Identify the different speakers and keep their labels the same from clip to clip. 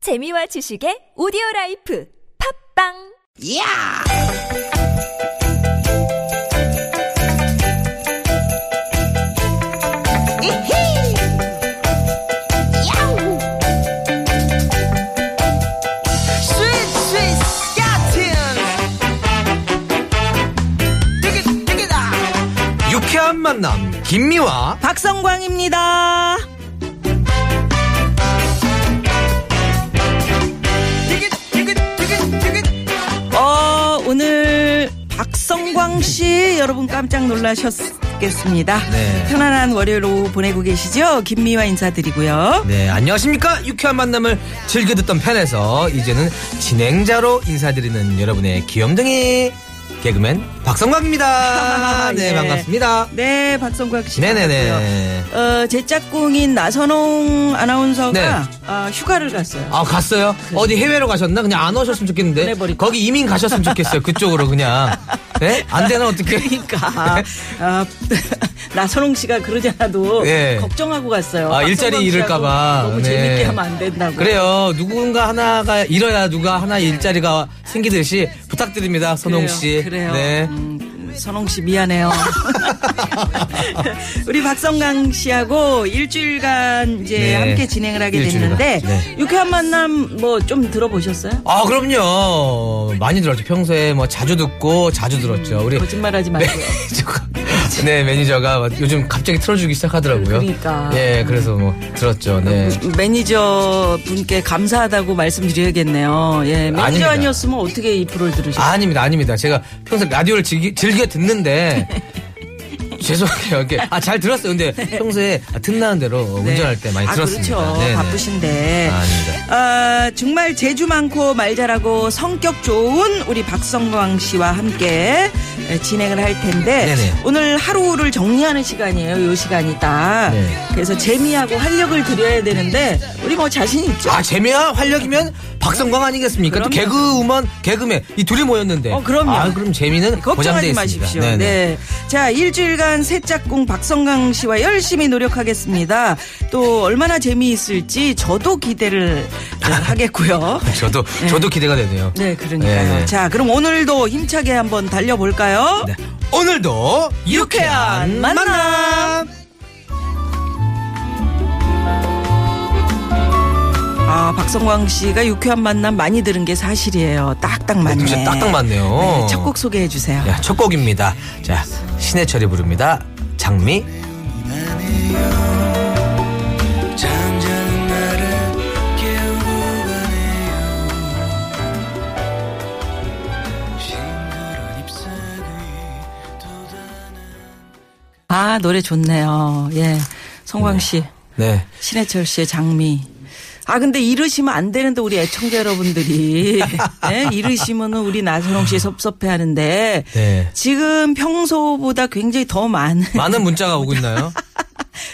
Speaker 1: 재미와 지식의 오디오 라이프 팝빵
Speaker 2: 이야! 이히! 야우! 스윗, 스윗, 스카틴! 띠깃, 띠깃아!
Speaker 3: 유쾌한 만남 김미화
Speaker 2: 박성광입니다. 띠깃, 띠깃, 띠깃, 띠깃.
Speaker 4: 어, 오늘 박성광 씨 여러분 깜짝 놀라셨겠습니다.
Speaker 3: 네.
Speaker 4: 편안한 월요일 오후 보내고 계시죠? 김미화 인사드리고요.
Speaker 3: 네 안녕하십니까 유쾌한 만남을 즐겨 듣던 편에서 이제는 진행자로 인사드리는 여러분의 귀염둥이 개그맨 박성광입니다 네
Speaker 4: 예.
Speaker 3: 반갑습니다
Speaker 4: 네, 박성광 씨.
Speaker 3: 네네네
Speaker 4: 어, 제 짝꿍인 나선홍 아나운서가
Speaker 3: 네.
Speaker 4: 아, 휴가를 갔어요.
Speaker 3: 아 갔어요
Speaker 4: 네.
Speaker 3: 어디 해외로 가셨나 그냥 안 오셨으면 좋겠는데
Speaker 4: 보내버릴까?
Speaker 3: 거기 이민 가셨으면 좋겠어요 그쪽으로 그냥 네? 안 되나 어떻게
Speaker 4: 그러니까 아, 나선홍 씨가 그러지 않아도
Speaker 3: 예.
Speaker 4: 걱정하고 갔어요.
Speaker 3: 아,
Speaker 4: 박성광
Speaker 3: 일자리
Speaker 4: 씨하고
Speaker 3: 잃을까 봐.
Speaker 4: 너무
Speaker 3: 네.
Speaker 4: 재밌게 하면 안 된다고.
Speaker 3: 그래요. 누군가 하나가 잃어야 누가 하나 일자리가 생기듯이 부탁드립니다. 선홍
Speaker 4: 그래요,
Speaker 3: 씨.
Speaker 4: 그래요.
Speaker 3: 네.
Speaker 4: 음, 선홍 씨 미안해요. 우리 박성강 씨하고 일주일간 이제
Speaker 3: 네.
Speaker 4: 함께 진행을 하게
Speaker 3: 일주일간.
Speaker 4: 됐는데
Speaker 3: 네.
Speaker 4: 유쾌한 만남 뭐 좀 들어보셨어요?
Speaker 3: 아, 그럼요. 많이 들었죠. 평소에 뭐 자주 듣고 자주 들었죠. 우리
Speaker 4: 거짓말하지 말고요.
Speaker 3: 매니저가, 네, 매니저가 요즘 갑자기 틀어주기 시작하더라고요.
Speaker 4: 그러니까.
Speaker 3: 예, 그래서 뭐 들었죠. 네.
Speaker 4: 매니저 분께 감사하다고 말씀드려야겠네요. 예, 매니저
Speaker 3: 아닙니다.
Speaker 4: 아니었으면 어떻게 이 프로를
Speaker 3: 아,
Speaker 4: 들으셨어요?
Speaker 3: 아닙니다, 아닙니다. 제가 평소에 라디오를 즐기, 즐겨 듣는데. 죄송해요. 이렇게 아, 잘 들었어요. 근데 평소에 아, 틈나는 대로 운전할 때 많이
Speaker 4: 아,
Speaker 3: 들었습니다.
Speaker 4: 그렇죠.
Speaker 3: 네, 네.
Speaker 4: 바쁘신데.
Speaker 3: 아, 아닙니다.
Speaker 4: 아, 정말 재주 많고 말 잘하고 성격 좋은 우리 박성광 씨와 함께 진행을 할 텐데
Speaker 3: 네네.
Speaker 4: 오늘 하루를 정리하는 시간이에요. 요 시간이다.
Speaker 3: 네.
Speaker 4: 그래서 재미하고 활력을 드려야 되는데 우리 뭐 자신 있죠?
Speaker 3: 아 재미와 활력이면 박성광 아니겠습니까? 또
Speaker 4: 그럼요.
Speaker 3: 개그우먼 개그맨 이 둘이 모였는데.
Speaker 4: 어, 그럼요.
Speaker 3: 아 그럼 재미는 보장돼
Speaker 4: 걱정하지
Speaker 3: 있습니다.
Speaker 4: 마십시오.
Speaker 3: 네네.
Speaker 4: 네. 자, 일주일간 새 짝꿍 박성강 씨와 열심히 노력하겠습니다. 또 얼마나 재미있을지 저도 기대를 하겠고요.
Speaker 3: 저도 저도 기대가 되네요.
Speaker 4: 네, 그러니까요.
Speaker 3: 네, 네.
Speaker 4: 자, 그럼 오늘도 힘차게 한번 달려볼까요?
Speaker 3: 네. 오늘도 유쾌한 만남.
Speaker 4: 아, 박성광 씨가 유쾌한 만남 많이 들은 게 사실이에요. 딱딱 맞네.
Speaker 3: 진짜 딱딱 맞네요. 네.
Speaker 4: 첫 곡 소개해 주세요.
Speaker 3: 야, 첫 곡입니다. 자 신해철이 부릅니다. 장미.
Speaker 4: 아, 노래 좋네요. 예. 성광 씨,
Speaker 3: 네.
Speaker 4: 신해철 씨의 장미. 아, 근데 이러시면 안 되는데, 우리 애청자 여러분들이. 예? 이러시면은 우리 나선홍 씨 섭섭해 하는데.
Speaker 3: 네.
Speaker 4: 지금 평소보다 굉장히 더 많은.
Speaker 3: 많은 문자가 오고 있나요?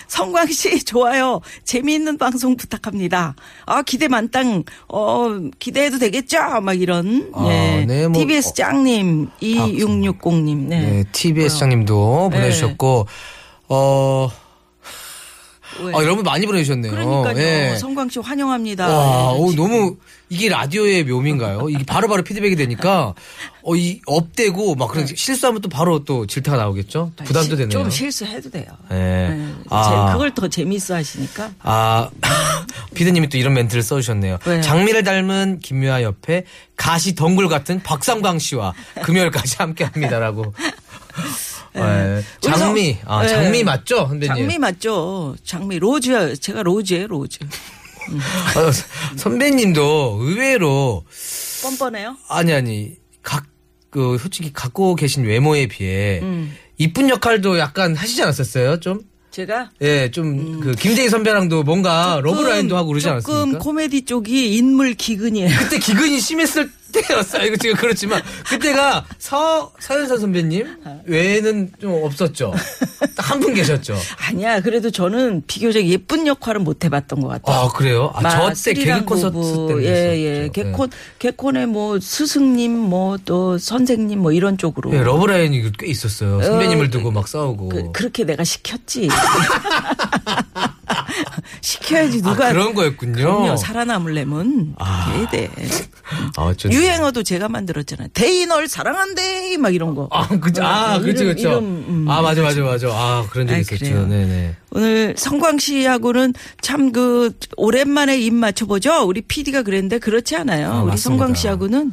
Speaker 4: 성광 씨 좋아요. 재미있는 방송 부탁합니다. 아 기대 만땅. 어 기대해도 되겠죠? 막 이런.
Speaker 3: 아,
Speaker 4: 네.
Speaker 3: 네, 뭐,
Speaker 4: TBS 짱님 2660님. 네.
Speaker 3: 네, TBS 장님도
Speaker 4: 네.
Speaker 3: 보내주셨고 어.
Speaker 4: 왜?
Speaker 3: 아, 여러분 많이 보내주셨네요.
Speaker 4: 그러니까요.
Speaker 3: 예.
Speaker 4: 성광 씨 환영합니다.
Speaker 3: 와,
Speaker 4: 네,
Speaker 3: 오,
Speaker 4: 지금.
Speaker 3: 너무 이게 라디오의 묘미인가요? 이게 바로바로 피드백이 되니까 어, 이 업되고 막 그런 실수하면 또 바로 또 질타가 나오겠죠? 부담도
Speaker 4: 네. 시-
Speaker 3: 되네요.
Speaker 4: 좀 실수해도 돼요.
Speaker 3: 예.
Speaker 4: 네.
Speaker 3: 아.
Speaker 4: 제- 그걸 더 재미있어 하시니까.
Speaker 3: 아, 피디님이 또 이런 멘트를 써주셨네요.
Speaker 4: 왜요?
Speaker 3: 장미를 닮은 김유아 옆에 가시 덩굴 같은 박상광 씨와 금요일까지 함께 합니다라고. 예.
Speaker 4: 네. 우리 성-
Speaker 3: 장미, 아,
Speaker 4: 예.
Speaker 3: 장미 맞죠? 선배님.
Speaker 4: 장미 맞죠? 장미 로즈 제가 로즈예요 로즈.
Speaker 3: 어, 선배님도 의외로
Speaker 4: 뻔뻔해요?
Speaker 3: 아니 아니 각 그 솔직히 갖고 계신 외모에 비해
Speaker 4: 음.
Speaker 3: 이쁜 역할도 약간 하시지 않았었어요 좀?
Speaker 4: 제가
Speaker 3: 예, 좀 그 김재희 선배랑도 뭔가 러브라인도 하고 그러지
Speaker 4: 음. 조금
Speaker 3: 않았습니까?
Speaker 4: 코미디 쪽이 인물 기근이에요.
Speaker 3: 그때 기근이 심했을 때였어요. 이거 지금 그렇지만 그때가 서 서현선 선배님 외에는 좀 없었죠. 딱 한 분 계셨죠.
Speaker 4: 아니야. 그래도 저는 비교적 예쁜 역할은 못 해봤던 것 같아요.
Speaker 3: 아 그래요? 아,
Speaker 4: 막
Speaker 3: 저때
Speaker 4: 스리랑
Speaker 3: 개그 콘서트
Speaker 4: 부부,
Speaker 3: 때
Speaker 4: 예, 예.
Speaker 3: 네.
Speaker 4: 개콘, 개콘의 뭐 스승님, 뭐 또 선생님 뭐 이런 쪽으로.
Speaker 3: 예, 러브라인이 꽤 있었어요. 선배님을 두고 막 싸우고.
Speaker 4: 그, 그렇게 내가 시켰지. 시켜야지 누가.
Speaker 3: 아, 그런 거였군요.
Speaker 4: 그럼요. 살아남으려면.
Speaker 3: 아.
Speaker 4: 아. 돼.
Speaker 3: 아, 저-
Speaker 4: 유행어도 제가 만들었잖아요. 데이 널 사랑한데 막 이런 거.
Speaker 3: 아, 그죠. 아,
Speaker 4: 이름,
Speaker 3: 그죠, 그죠.
Speaker 4: 이름, 음.
Speaker 3: 아, 맞아, 맞아, 맞아. 아, 그런 적
Speaker 4: 아이,
Speaker 3: 있었죠.
Speaker 4: 그래요.
Speaker 3: 네네.
Speaker 4: 오늘 성광 씨하고는 참 그 오랜만에 입 맞춰보죠. 우리 PD가 그랬는데 그렇지 않아요.
Speaker 3: 아,
Speaker 4: 우리
Speaker 3: 맞습니다.
Speaker 4: 성광 씨하고는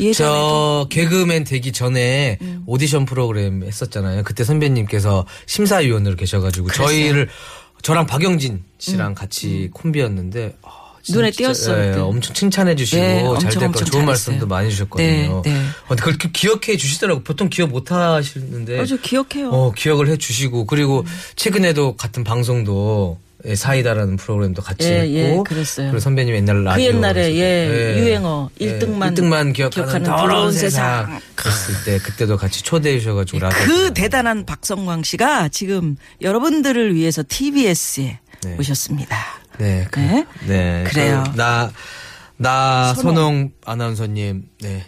Speaker 4: 예전에
Speaker 3: 저 개그맨 되기 전에
Speaker 4: 음.
Speaker 3: 오디션 프로그램 했었잖아요. 그때 선배님께서 심사위원으로 계셔가지고 저희를 저랑 박영진 씨랑 같이 콤비였는데 아, 진짜,
Speaker 4: 음. 눈에 띄었어요,
Speaker 3: 예,
Speaker 4: 그때.
Speaker 3: 엄청 칭찬해 주시고
Speaker 4: 네, 엄청,
Speaker 3: 잘 될 거
Speaker 4: 엄청
Speaker 3: 좋은
Speaker 4: 잘했어요.
Speaker 3: 말씀도 많이 주셨거든요.
Speaker 4: 네, 네.
Speaker 3: 어, 그걸 기- 기억해 주시더라고. 보통 기억 못 하시는데.
Speaker 4: 아주 그렇죠. 기억해요.
Speaker 3: 어, 기억을 해 주시고 그리고 최근에도 같은 방송도 예, 사이다라는 프로그램도 같이
Speaker 4: 예,
Speaker 3: 했고
Speaker 4: 예, 그랬어요.
Speaker 3: 그리고 선배님 옛날 라디오
Speaker 4: 그 옛날에
Speaker 3: 했을
Speaker 4: 예,
Speaker 3: 때.
Speaker 4: 유행어
Speaker 3: 예,
Speaker 4: 1등만,
Speaker 3: 1등만 기억하는 더러운
Speaker 4: 더러운
Speaker 3: 세상 그랬을 때 그때도 같이 초대해 주셔가지고 라디오
Speaker 4: 그 대단한 박성광 씨가 지금 여러분들을 위해서 TBS에
Speaker 3: 네.
Speaker 4: 오셨습니다.
Speaker 3: 네, 그,
Speaker 4: 네?
Speaker 3: 네
Speaker 4: 그래요.
Speaker 3: 그 나, 나 선홍. 아나운서님 네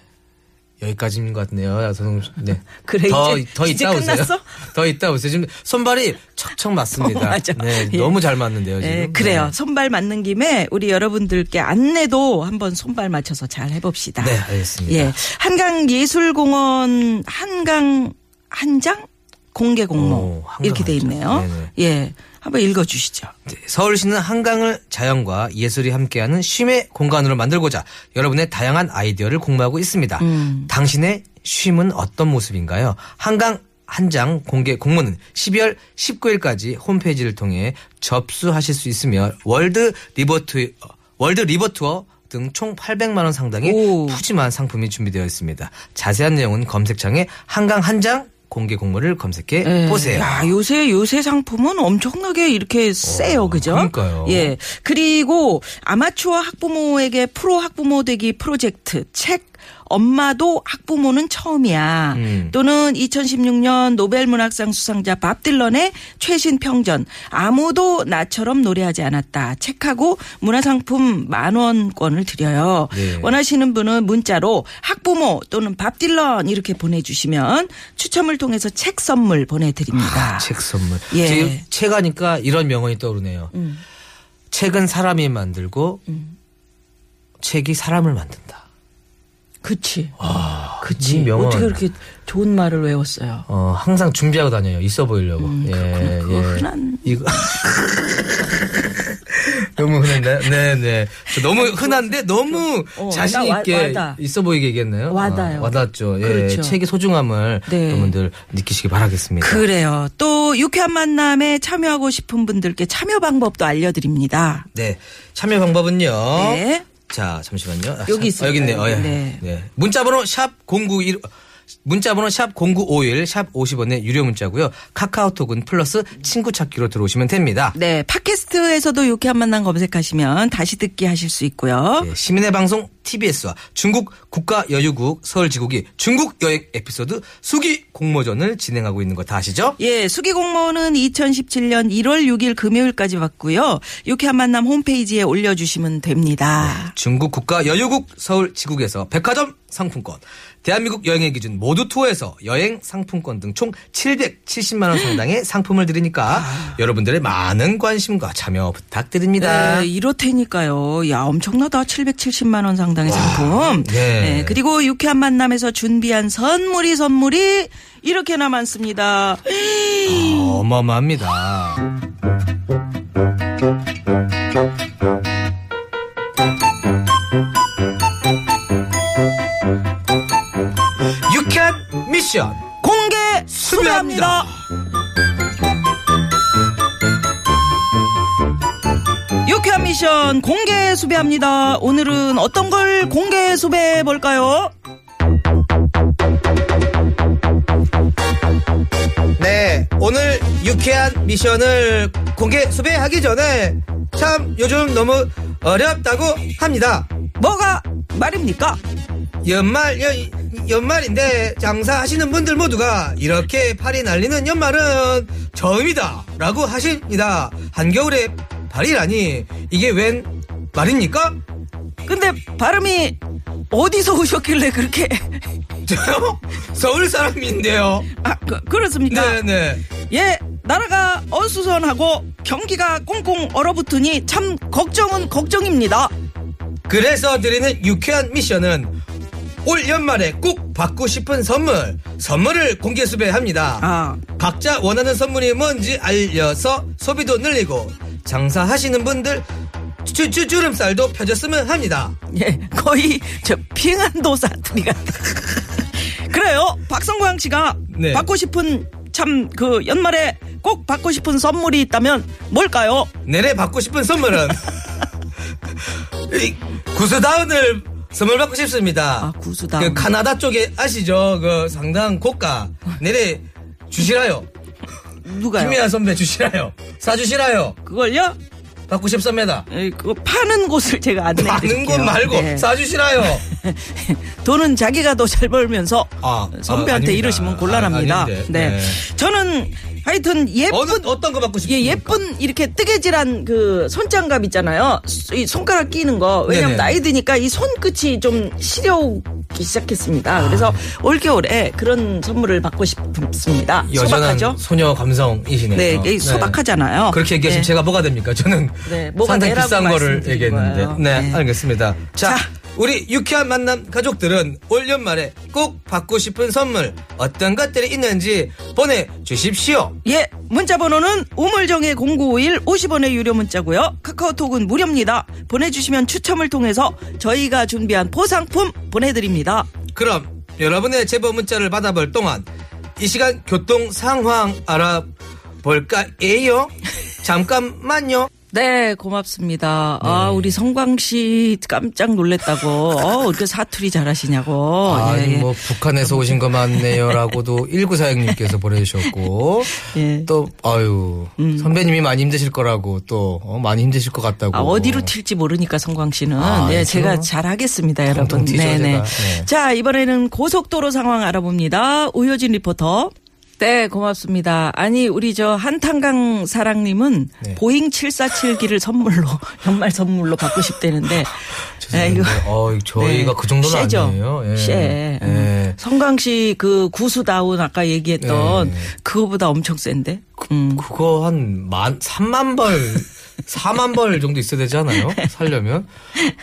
Speaker 3: 여기까지인 것 같네요. 야, 선홍 씨. 네.
Speaker 4: 그래,
Speaker 3: 더,
Speaker 4: 이제-
Speaker 3: 더
Speaker 4: 이제
Speaker 3: 있다 오세요.
Speaker 4: 끝났어?
Speaker 3: 더 있다 오세요. 지금 손발이 척척 맞습니다.
Speaker 4: 맞아.
Speaker 3: 네,
Speaker 4: 예.
Speaker 3: 너무 잘 맞는데요. 지금.
Speaker 4: 예, 그래요.
Speaker 3: 네.
Speaker 4: 손발 맞는 김에 우리 여러분들께 안내도 한번 손발 맞춰서 잘 해봅시다.
Speaker 3: 네, 알겠습니다.
Speaker 4: 예, 한강 예술공원 한강 한장 공개 공모
Speaker 3: 오, 한강
Speaker 4: 이렇게 돼
Speaker 3: 한장.
Speaker 4: 있네요.
Speaker 3: 네네.
Speaker 4: 예, 한번 읽어주시죠.
Speaker 3: 네, 서울시는 한강을 자연과 예술이 함께하는 쉼의 공간으로 만들고자 여러분의 다양한 아이디어를 공모하고 있습니다.
Speaker 4: 음.
Speaker 3: 당신의 쉼은 어떤 모습인가요? 한강 한 장 공개 공모는 12월 19일까지 홈페이지를 통해 접수하실 수 있으며 월드 리버트 월드 리버투어 등 총 800만 원 상당의
Speaker 4: 오.
Speaker 3: 푸짐한 상품이 준비되어 있습니다. 자세한 내용은 검색창에 한강 한 장 공개 공모를 검색해 보세요.
Speaker 4: 예. 네. 야, 요새 요새 상품은 엄청나게 이렇게 세요, 그죠?
Speaker 3: 어, 그러니까요.
Speaker 4: 예, 그리고 아마추어 학부모에게 프로 학부모 되기 프로젝트 책. 엄마도 학부모는 처음이야.
Speaker 3: 음.
Speaker 4: 또는 2016년 노벨문학상 수상자 밥 딜런의 최신 평전 아무도 나처럼 노래하지 않았다. 책하고 문화상품 만 원권을 드려요.
Speaker 3: 네.
Speaker 4: 원하시는 분은 문자로 학부모 또는 밥 딜런 이렇게 보내주시면 추첨을 통해서 책 선물 보내드립니다.
Speaker 3: 아, 책 선물.
Speaker 4: 예. 음.
Speaker 3: 지금 책 하니까 이런 명언이 떠오르네요. 책은 사람이 만들고 책이 사람을 만든다.
Speaker 4: 그치.
Speaker 3: 아,
Speaker 4: 네.
Speaker 3: 이 명언.
Speaker 4: 어떻게 그렇게 좋은 말을 외웠어요?
Speaker 3: 어, 항상 준비하고 다녀요. 있어 보이려고. 예,
Speaker 4: 음, 그거
Speaker 3: 예.
Speaker 4: 흔한-
Speaker 3: 이거. 너무 흔한가요? 네, 네. 저 너무 흔한데 너무
Speaker 4: 어,
Speaker 3: 자신
Speaker 4: 나 와-
Speaker 3: 있게
Speaker 4: 와닿아.
Speaker 3: 있어 보이게 얘기했나요?
Speaker 4: 와닿아요.
Speaker 3: 아, 와닿죠. 예.
Speaker 4: 그렇죠.
Speaker 3: 책의 소중함을
Speaker 4: 네.
Speaker 3: 여러분들 느끼시기 바라겠습니다.
Speaker 4: 그래요. 또 유쾌한 만남에 참여하고 싶은 분들께 참여 방법도 알려드립니다.
Speaker 3: 네. 참여 방법은요.
Speaker 4: 네.
Speaker 3: 자, 잠시만요. 아,
Speaker 4: 여기
Speaker 3: 참-
Speaker 4: 있습니다.
Speaker 3: 아, 여기 있네요. 어, 예.
Speaker 4: 네.
Speaker 3: 네. 문자번호 샵 091. 문자번호 샵 0951, 샵 50원의 유료 문자고요. 카카오톡은 플러스 친구 찾기로 들어오시면 됩니다.
Speaker 4: 네, 팟캐스트에서도 유쾌한 만남 검색하시면 다시 듣기 하실 수 있고요.
Speaker 3: 네, 시민의 방송 TBS와 중국 국가여유국 서울지국이 중국 여행 에피소드 수기 공모전을 진행하고 있는 거 다 아시죠?
Speaker 4: 예, 수기 공모는 2017년 1월 6일 금요일까지 받고요. 유쾌한 만남 홈페이지에 올려주시면 됩니다.
Speaker 3: 중국 국가 여유국 서울 지국에서 백화점 상품권, 대한민국 여행의 기준 모두 투어에서 여행 상품권 등 총 770만 원 상당의 상품을 드리니까 여러분들의 많은 관심과 참여 부탁드립니다.
Speaker 4: 네, 이렇다니까요. 야, 엄청나다. 770만 원 상당의 상품.
Speaker 3: 네.
Speaker 4: 그리고 유쾌한 만남에서 준비한 선물이 선물이 이렇게나 많습니다.
Speaker 3: 어마어마합니다. 유캔 미션
Speaker 4: 공개
Speaker 3: 수배합니다.
Speaker 4: 수배합니다. 유쾌한 미션 공개 수배합니다. 오늘은 어떤 걸 공개 수배해 볼까요?
Speaker 3: 네, 오늘 유쾌한 미션을 공개 수배하기 전에 참 요즘 너무 어렵다고 합니다.
Speaker 4: 뭐가 말입니까?
Speaker 3: 연말 여, 연말인데 장사하시는 분들 모두가 이렇게 팔이 날리는 연말은 처음이다라고 하십니다. 한겨울에 발이라니 이게 웬 말입니까?
Speaker 4: 근데 발음이 어디서 오셨길래 그렇게
Speaker 3: 저요? 서울 사람인데요. 네,
Speaker 4: 아, 그, 그렇습니까?
Speaker 3: 네네.
Speaker 4: 예, 나라가 어수선하고 경기가 꽁꽁 얼어붙으니 참 걱정은 걱정입니다.
Speaker 3: 그래서 드리는 유쾌한 미션은 올 연말에 꼭 받고 싶은 선물 선물을 공개 수배합니다.
Speaker 4: 아.
Speaker 3: 각자 원하는 선물이 뭔지 알려서 소비도 늘리고 장사하시는 분들 주, 주, 주름살도 펴졌으면 합니다.
Speaker 4: 예, 거의 저 핑안도 사투리 같다. 그래요. 박성광 씨가
Speaker 3: 네.
Speaker 4: 받고 싶은 참 그 연말에 꼭 받고 싶은 선물이 있다면 뭘까요?
Speaker 3: 내래 받고 싶은 선물은 이 구스다운을 선물 받고 싶습니다.
Speaker 4: 아, 구스다운.
Speaker 3: 그 카나다 쪽에 아시죠? 그 상당 고가 내래 주시라요.
Speaker 4: 누가요?
Speaker 3: 김미아 선배 주시라요. 사주시라요.
Speaker 4: 그걸요?
Speaker 3: 받고 싶습니다.
Speaker 4: 에, 그거 파는 곳을 제가 안내해
Speaker 3: 받는
Speaker 4: 드릴게요.
Speaker 3: 건 말고
Speaker 4: 네.
Speaker 3: 사주시라요.
Speaker 4: 돈은 자기가 더 잘 벌면서
Speaker 3: 아,
Speaker 4: 선배한테
Speaker 3: 아, 아닙니다.
Speaker 4: 이러시면 곤란합니다.
Speaker 3: 아, 아닌데.
Speaker 4: 네.
Speaker 3: 네.
Speaker 4: 저는 하여튼 예쁜
Speaker 3: 어느 어떤 거 받고
Speaker 4: 예,
Speaker 3: 싶습니까?
Speaker 4: 예쁜 이렇게 뜨개질한 그 손장갑 있잖아요. 수- 이 손가락 끼는 거. 왜냐면
Speaker 3: 네네.
Speaker 4: 나이 드니까 이 손끝이 좀 시려우기
Speaker 3: 아.
Speaker 4: 시작했습니다. 그래서 올겨울에 그런 선물을 받고 싶습니다.
Speaker 3: 여전한
Speaker 4: 소박하죠?
Speaker 3: 소녀 감성이시네요.
Speaker 4: 네, 이게 소박하잖아요.
Speaker 3: 그렇게 얘기하시면
Speaker 4: 네.
Speaker 3: 제가 뭐가 됩니까? 저는
Speaker 4: 네, 뭐가
Speaker 3: 상당히
Speaker 4: 되라고
Speaker 3: 비싼 거를
Speaker 4: 말씀드린
Speaker 3: 얘기했는데.
Speaker 4: 거예요.
Speaker 3: 네,
Speaker 4: 네.
Speaker 3: 알겠습니다. 자,
Speaker 4: 자.
Speaker 3: 우리 유쾌한 만남 가족들은 올 연말에 꼭 받고 싶은 선물 어떤 것들이 있는지 보내주십시오.
Speaker 4: 예, 문자 번호는 우물정의 0951 50원의 유료 문자고요. 카카오톡은 무료입니다. 보내주시면 추첨을 통해서 저희가 준비한 포상품 보내드립니다.
Speaker 3: 그럼 여러분의 제보 문자를 받아볼 동안 이 시간 교통 상황 알아볼까요? 잠깐만요.
Speaker 4: 네, 고맙습니다. 아,
Speaker 3: 네.
Speaker 4: 우리 성광 씨 깜짝 놀랬다고. 어, 이렇게 사투리 잘하시냐고. 예,
Speaker 3: 뭐, 아,
Speaker 4: 예.
Speaker 3: 북한에서 오신 것 맞네요라고도 1946님께서 보내주셨고
Speaker 4: 예. 음.
Speaker 3: 또 아유 선배님이 많이 힘드실 거라고 또 어, 많이 힘드실 것 같다고
Speaker 4: 아, 어디로 튈지 모르니까 성광 씨는.
Speaker 3: 뭐. 아,
Speaker 4: 네,
Speaker 3: 그렇죠.
Speaker 4: 제가 잘하겠습니다, 여러분.
Speaker 3: 튀죠, 제가. 네.
Speaker 4: 자, 이번에는 고속도로 상황 알아봅니다. 우효진 리포터. 네, 고맙습니다. 아니, 우리 저 한탄강 사랑님은
Speaker 3: 네.
Speaker 4: 보잉 747기를 선물로, 연말 선물로 받고 싶다는데. 네,
Speaker 3: 죄송한데,
Speaker 4: 아,
Speaker 3: 어, 이거 저희가 그 정도는
Speaker 4: 쎄죠?
Speaker 3: 아니에요. 예.
Speaker 4: 쎄.
Speaker 3: 예.
Speaker 4: 네. 음. 성광 씨 그 구수다운 아까 얘기했던
Speaker 3: 예.
Speaker 4: 그거보다 엄청 센데. 음.
Speaker 3: 그거 한 만, 3만 벌, 4만 벌 정도 있어야 되지 않아요? 살려면.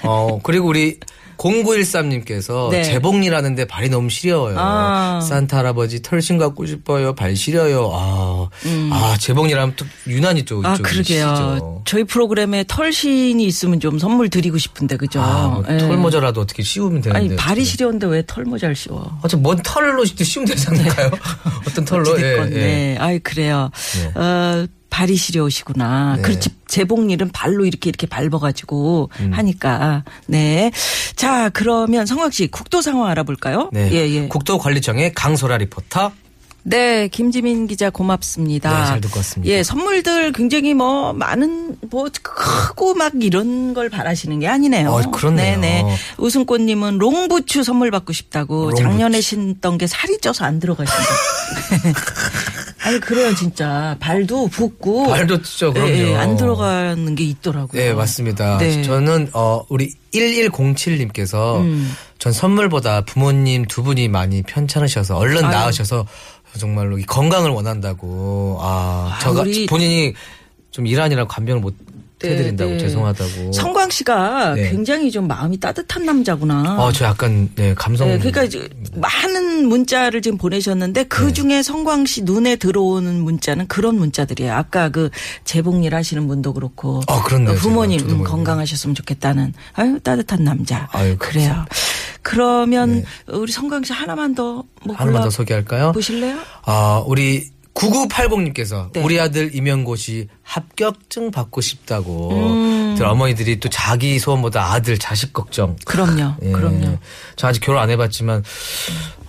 Speaker 3: 어, 그리고 우리 0913님께서
Speaker 4: 네.
Speaker 3: 재봉이라는데 발이 너무 시려요.
Speaker 4: 아.
Speaker 3: 산타 할아버지 털신 갖고 싶어요. 발 시려요. 아, 아 재봉이라면 또 유난히 또
Speaker 4: 음. 아,
Speaker 3: 이쪽이
Speaker 4: 그러게요.
Speaker 3: 시죠.
Speaker 4: 저희 프로그램에 털신이 있으면 좀 선물 드리고 싶은데, 그죠?
Speaker 3: 아, 뭐털
Speaker 4: 예.
Speaker 3: 모자라도 어떻게 씌우면 되는데.
Speaker 4: 아니, 발이 시려운데 왜 털모자를 씌워?
Speaker 3: 어차피 뭔 털로 씌우면 되지 않을까요? 어떤 털로?
Speaker 4: 네.
Speaker 3: 예,
Speaker 4: 어찌됐건, 네. 아이, 그래요.
Speaker 3: 네.
Speaker 4: 어, 발이 시려우시구나.
Speaker 3: 네.
Speaker 4: 그렇지. 재봉일은 발로 이렇게 이렇게 밟아가지고
Speaker 3: 음.
Speaker 4: 하니까. 네. 자, 그러면 성학 씨 국도 상황 알아볼까요?
Speaker 3: 네.
Speaker 4: 예, 예.
Speaker 3: 국토관리청의 강소라 리포터.
Speaker 4: 네, 김지민 기자 고맙습니다.
Speaker 3: 네, 잘 듣고 왔습니다.
Speaker 4: 예, 선물들 굉장히 뭐 많은 뭐 크고 막 이런 걸 바라시는 게 아니네요.
Speaker 3: 어, 그렇네요.
Speaker 4: 네네. 우승꽃님은 롱부츠 선물 받고 싶다고
Speaker 3: 롱부츠.
Speaker 4: 작년에 신던 게 살이 쪄서 안 들어가신다. 아니 그래요 진짜 발도 붓고
Speaker 3: 발도 쪄, 그럼요.
Speaker 4: 예, 예, 안 들어가는 게 있더라고요.
Speaker 3: 네, 맞습니다.
Speaker 4: 네.
Speaker 3: 저는 어 우리 1107님께서
Speaker 4: 음.
Speaker 3: 전 선물보다 부모님 두 분이 많이 편찮으셔서 얼른 나으셔서 정말로 이 건강을 원한다고 아,
Speaker 4: 아,
Speaker 3: 저가
Speaker 4: 우리-
Speaker 3: 본인이 좀 일하느라 간병을 못
Speaker 4: 네,
Speaker 3: 해드린다고
Speaker 4: 네.
Speaker 3: 죄송하다고.
Speaker 4: 성광 씨가
Speaker 3: 네. 굉장히
Speaker 4: 굉장히 좀 마음이 따뜻한 남자구나.
Speaker 3: 어, 저 약간 네 감성.
Speaker 4: 네, 그러니까 이제 많은 문자를 지금 보내셨는데 그
Speaker 3: 네.
Speaker 4: 중에 성광 씨 눈에 들어오는 문자는 그런 문자들이에요. 아까 그 재봉일 하시는 분도 그렇고
Speaker 3: 아, 그렇네요.
Speaker 4: 부모님
Speaker 3: 제가 저도
Speaker 4: 음,
Speaker 3: 모르겠네요.
Speaker 4: 건강하셨으면 좋겠다는 아유 따뜻한 남자.
Speaker 3: 아유, 네.
Speaker 4: 그래요. 그러면 우리 성광 씨 하나만 더뭐
Speaker 3: 하나만 더 소개할까요?
Speaker 4: 보실래요?
Speaker 3: 아, 우리 9980님께서
Speaker 4: 네.
Speaker 3: 우리 아들 임용고시 합격증 받고 싶다고
Speaker 4: 음.
Speaker 3: 들 어머니들이 또 자기 소원보다 아들 자식 걱정
Speaker 4: 그럼요.
Speaker 3: 예.
Speaker 4: 그럼요.
Speaker 3: 저 아직 결혼 안 해봤지만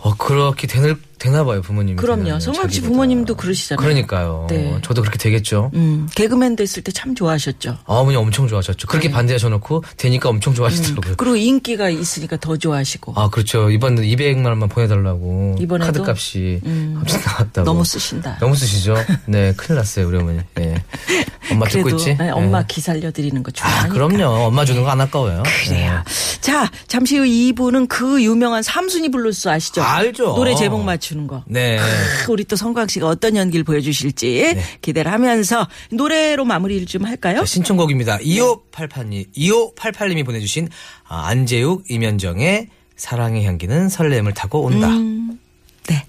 Speaker 3: 어 그렇게 되나, 되나 봐요 부모님이.
Speaker 4: 그럼요.
Speaker 3: 되나요,
Speaker 4: 성광 씨
Speaker 3: 네, 자기보다.
Speaker 4: 부모님도 그러시잖아요.
Speaker 3: 그러니까요.
Speaker 4: 네.
Speaker 3: 저도 그렇게 되겠죠.
Speaker 4: 음, 개그맨 됐을 때 참 좋아하셨죠.
Speaker 3: 아, 어머니 엄청 좋아하셨죠. 그렇게 반대하셔놓고 되니까 엄청 좋아하시더라고요.
Speaker 4: 네. 음, 그리고 인기가 있으니까 더 좋아하시고
Speaker 3: 아 그렇죠. 이번에 200만 원만 보내달라고
Speaker 4: 이번에도? 음.
Speaker 3: 카드값이 갑자기 나왔다고.
Speaker 4: 너무 쓰신다.
Speaker 3: 너무 쓰시죠? 네, 큰일 났어요, 우리 어머니. 예. 엄마 듣고
Speaker 4: 그래도
Speaker 3: 있지?
Speaker 4: 네, 엄마
Speaker 3: 예.
Speaker 4: 기 살려드리는 거
Speaker 3: 아,
Speaker 4: 좋아하니까. 네.
Speaker 3: 그럼요. 예. 엄마 주는 거 안 아까워요.
Speaker 4: 그래요. 자, 잠시 후 2부는 그 유명한 삼순이 블루스 아시죠?
Speaker 3: 알죠.
Speaker 4: 노래 제목 맞추는. 주는 거.
Speaker 3: 네.
Speaker 4: 크, 우리 또 성광 씨가 어떤 연기를 보여주실지 기대를 하면서 노래로 마무리를 좀 할까요?
Speaker 3: 자, 네. 신청곡입니다. 2588님, 2588님이 보내주신 아, 안재욱, 이면정의 사랑의 향기는 설렘을 타고 온다.
Speaker 4: 네.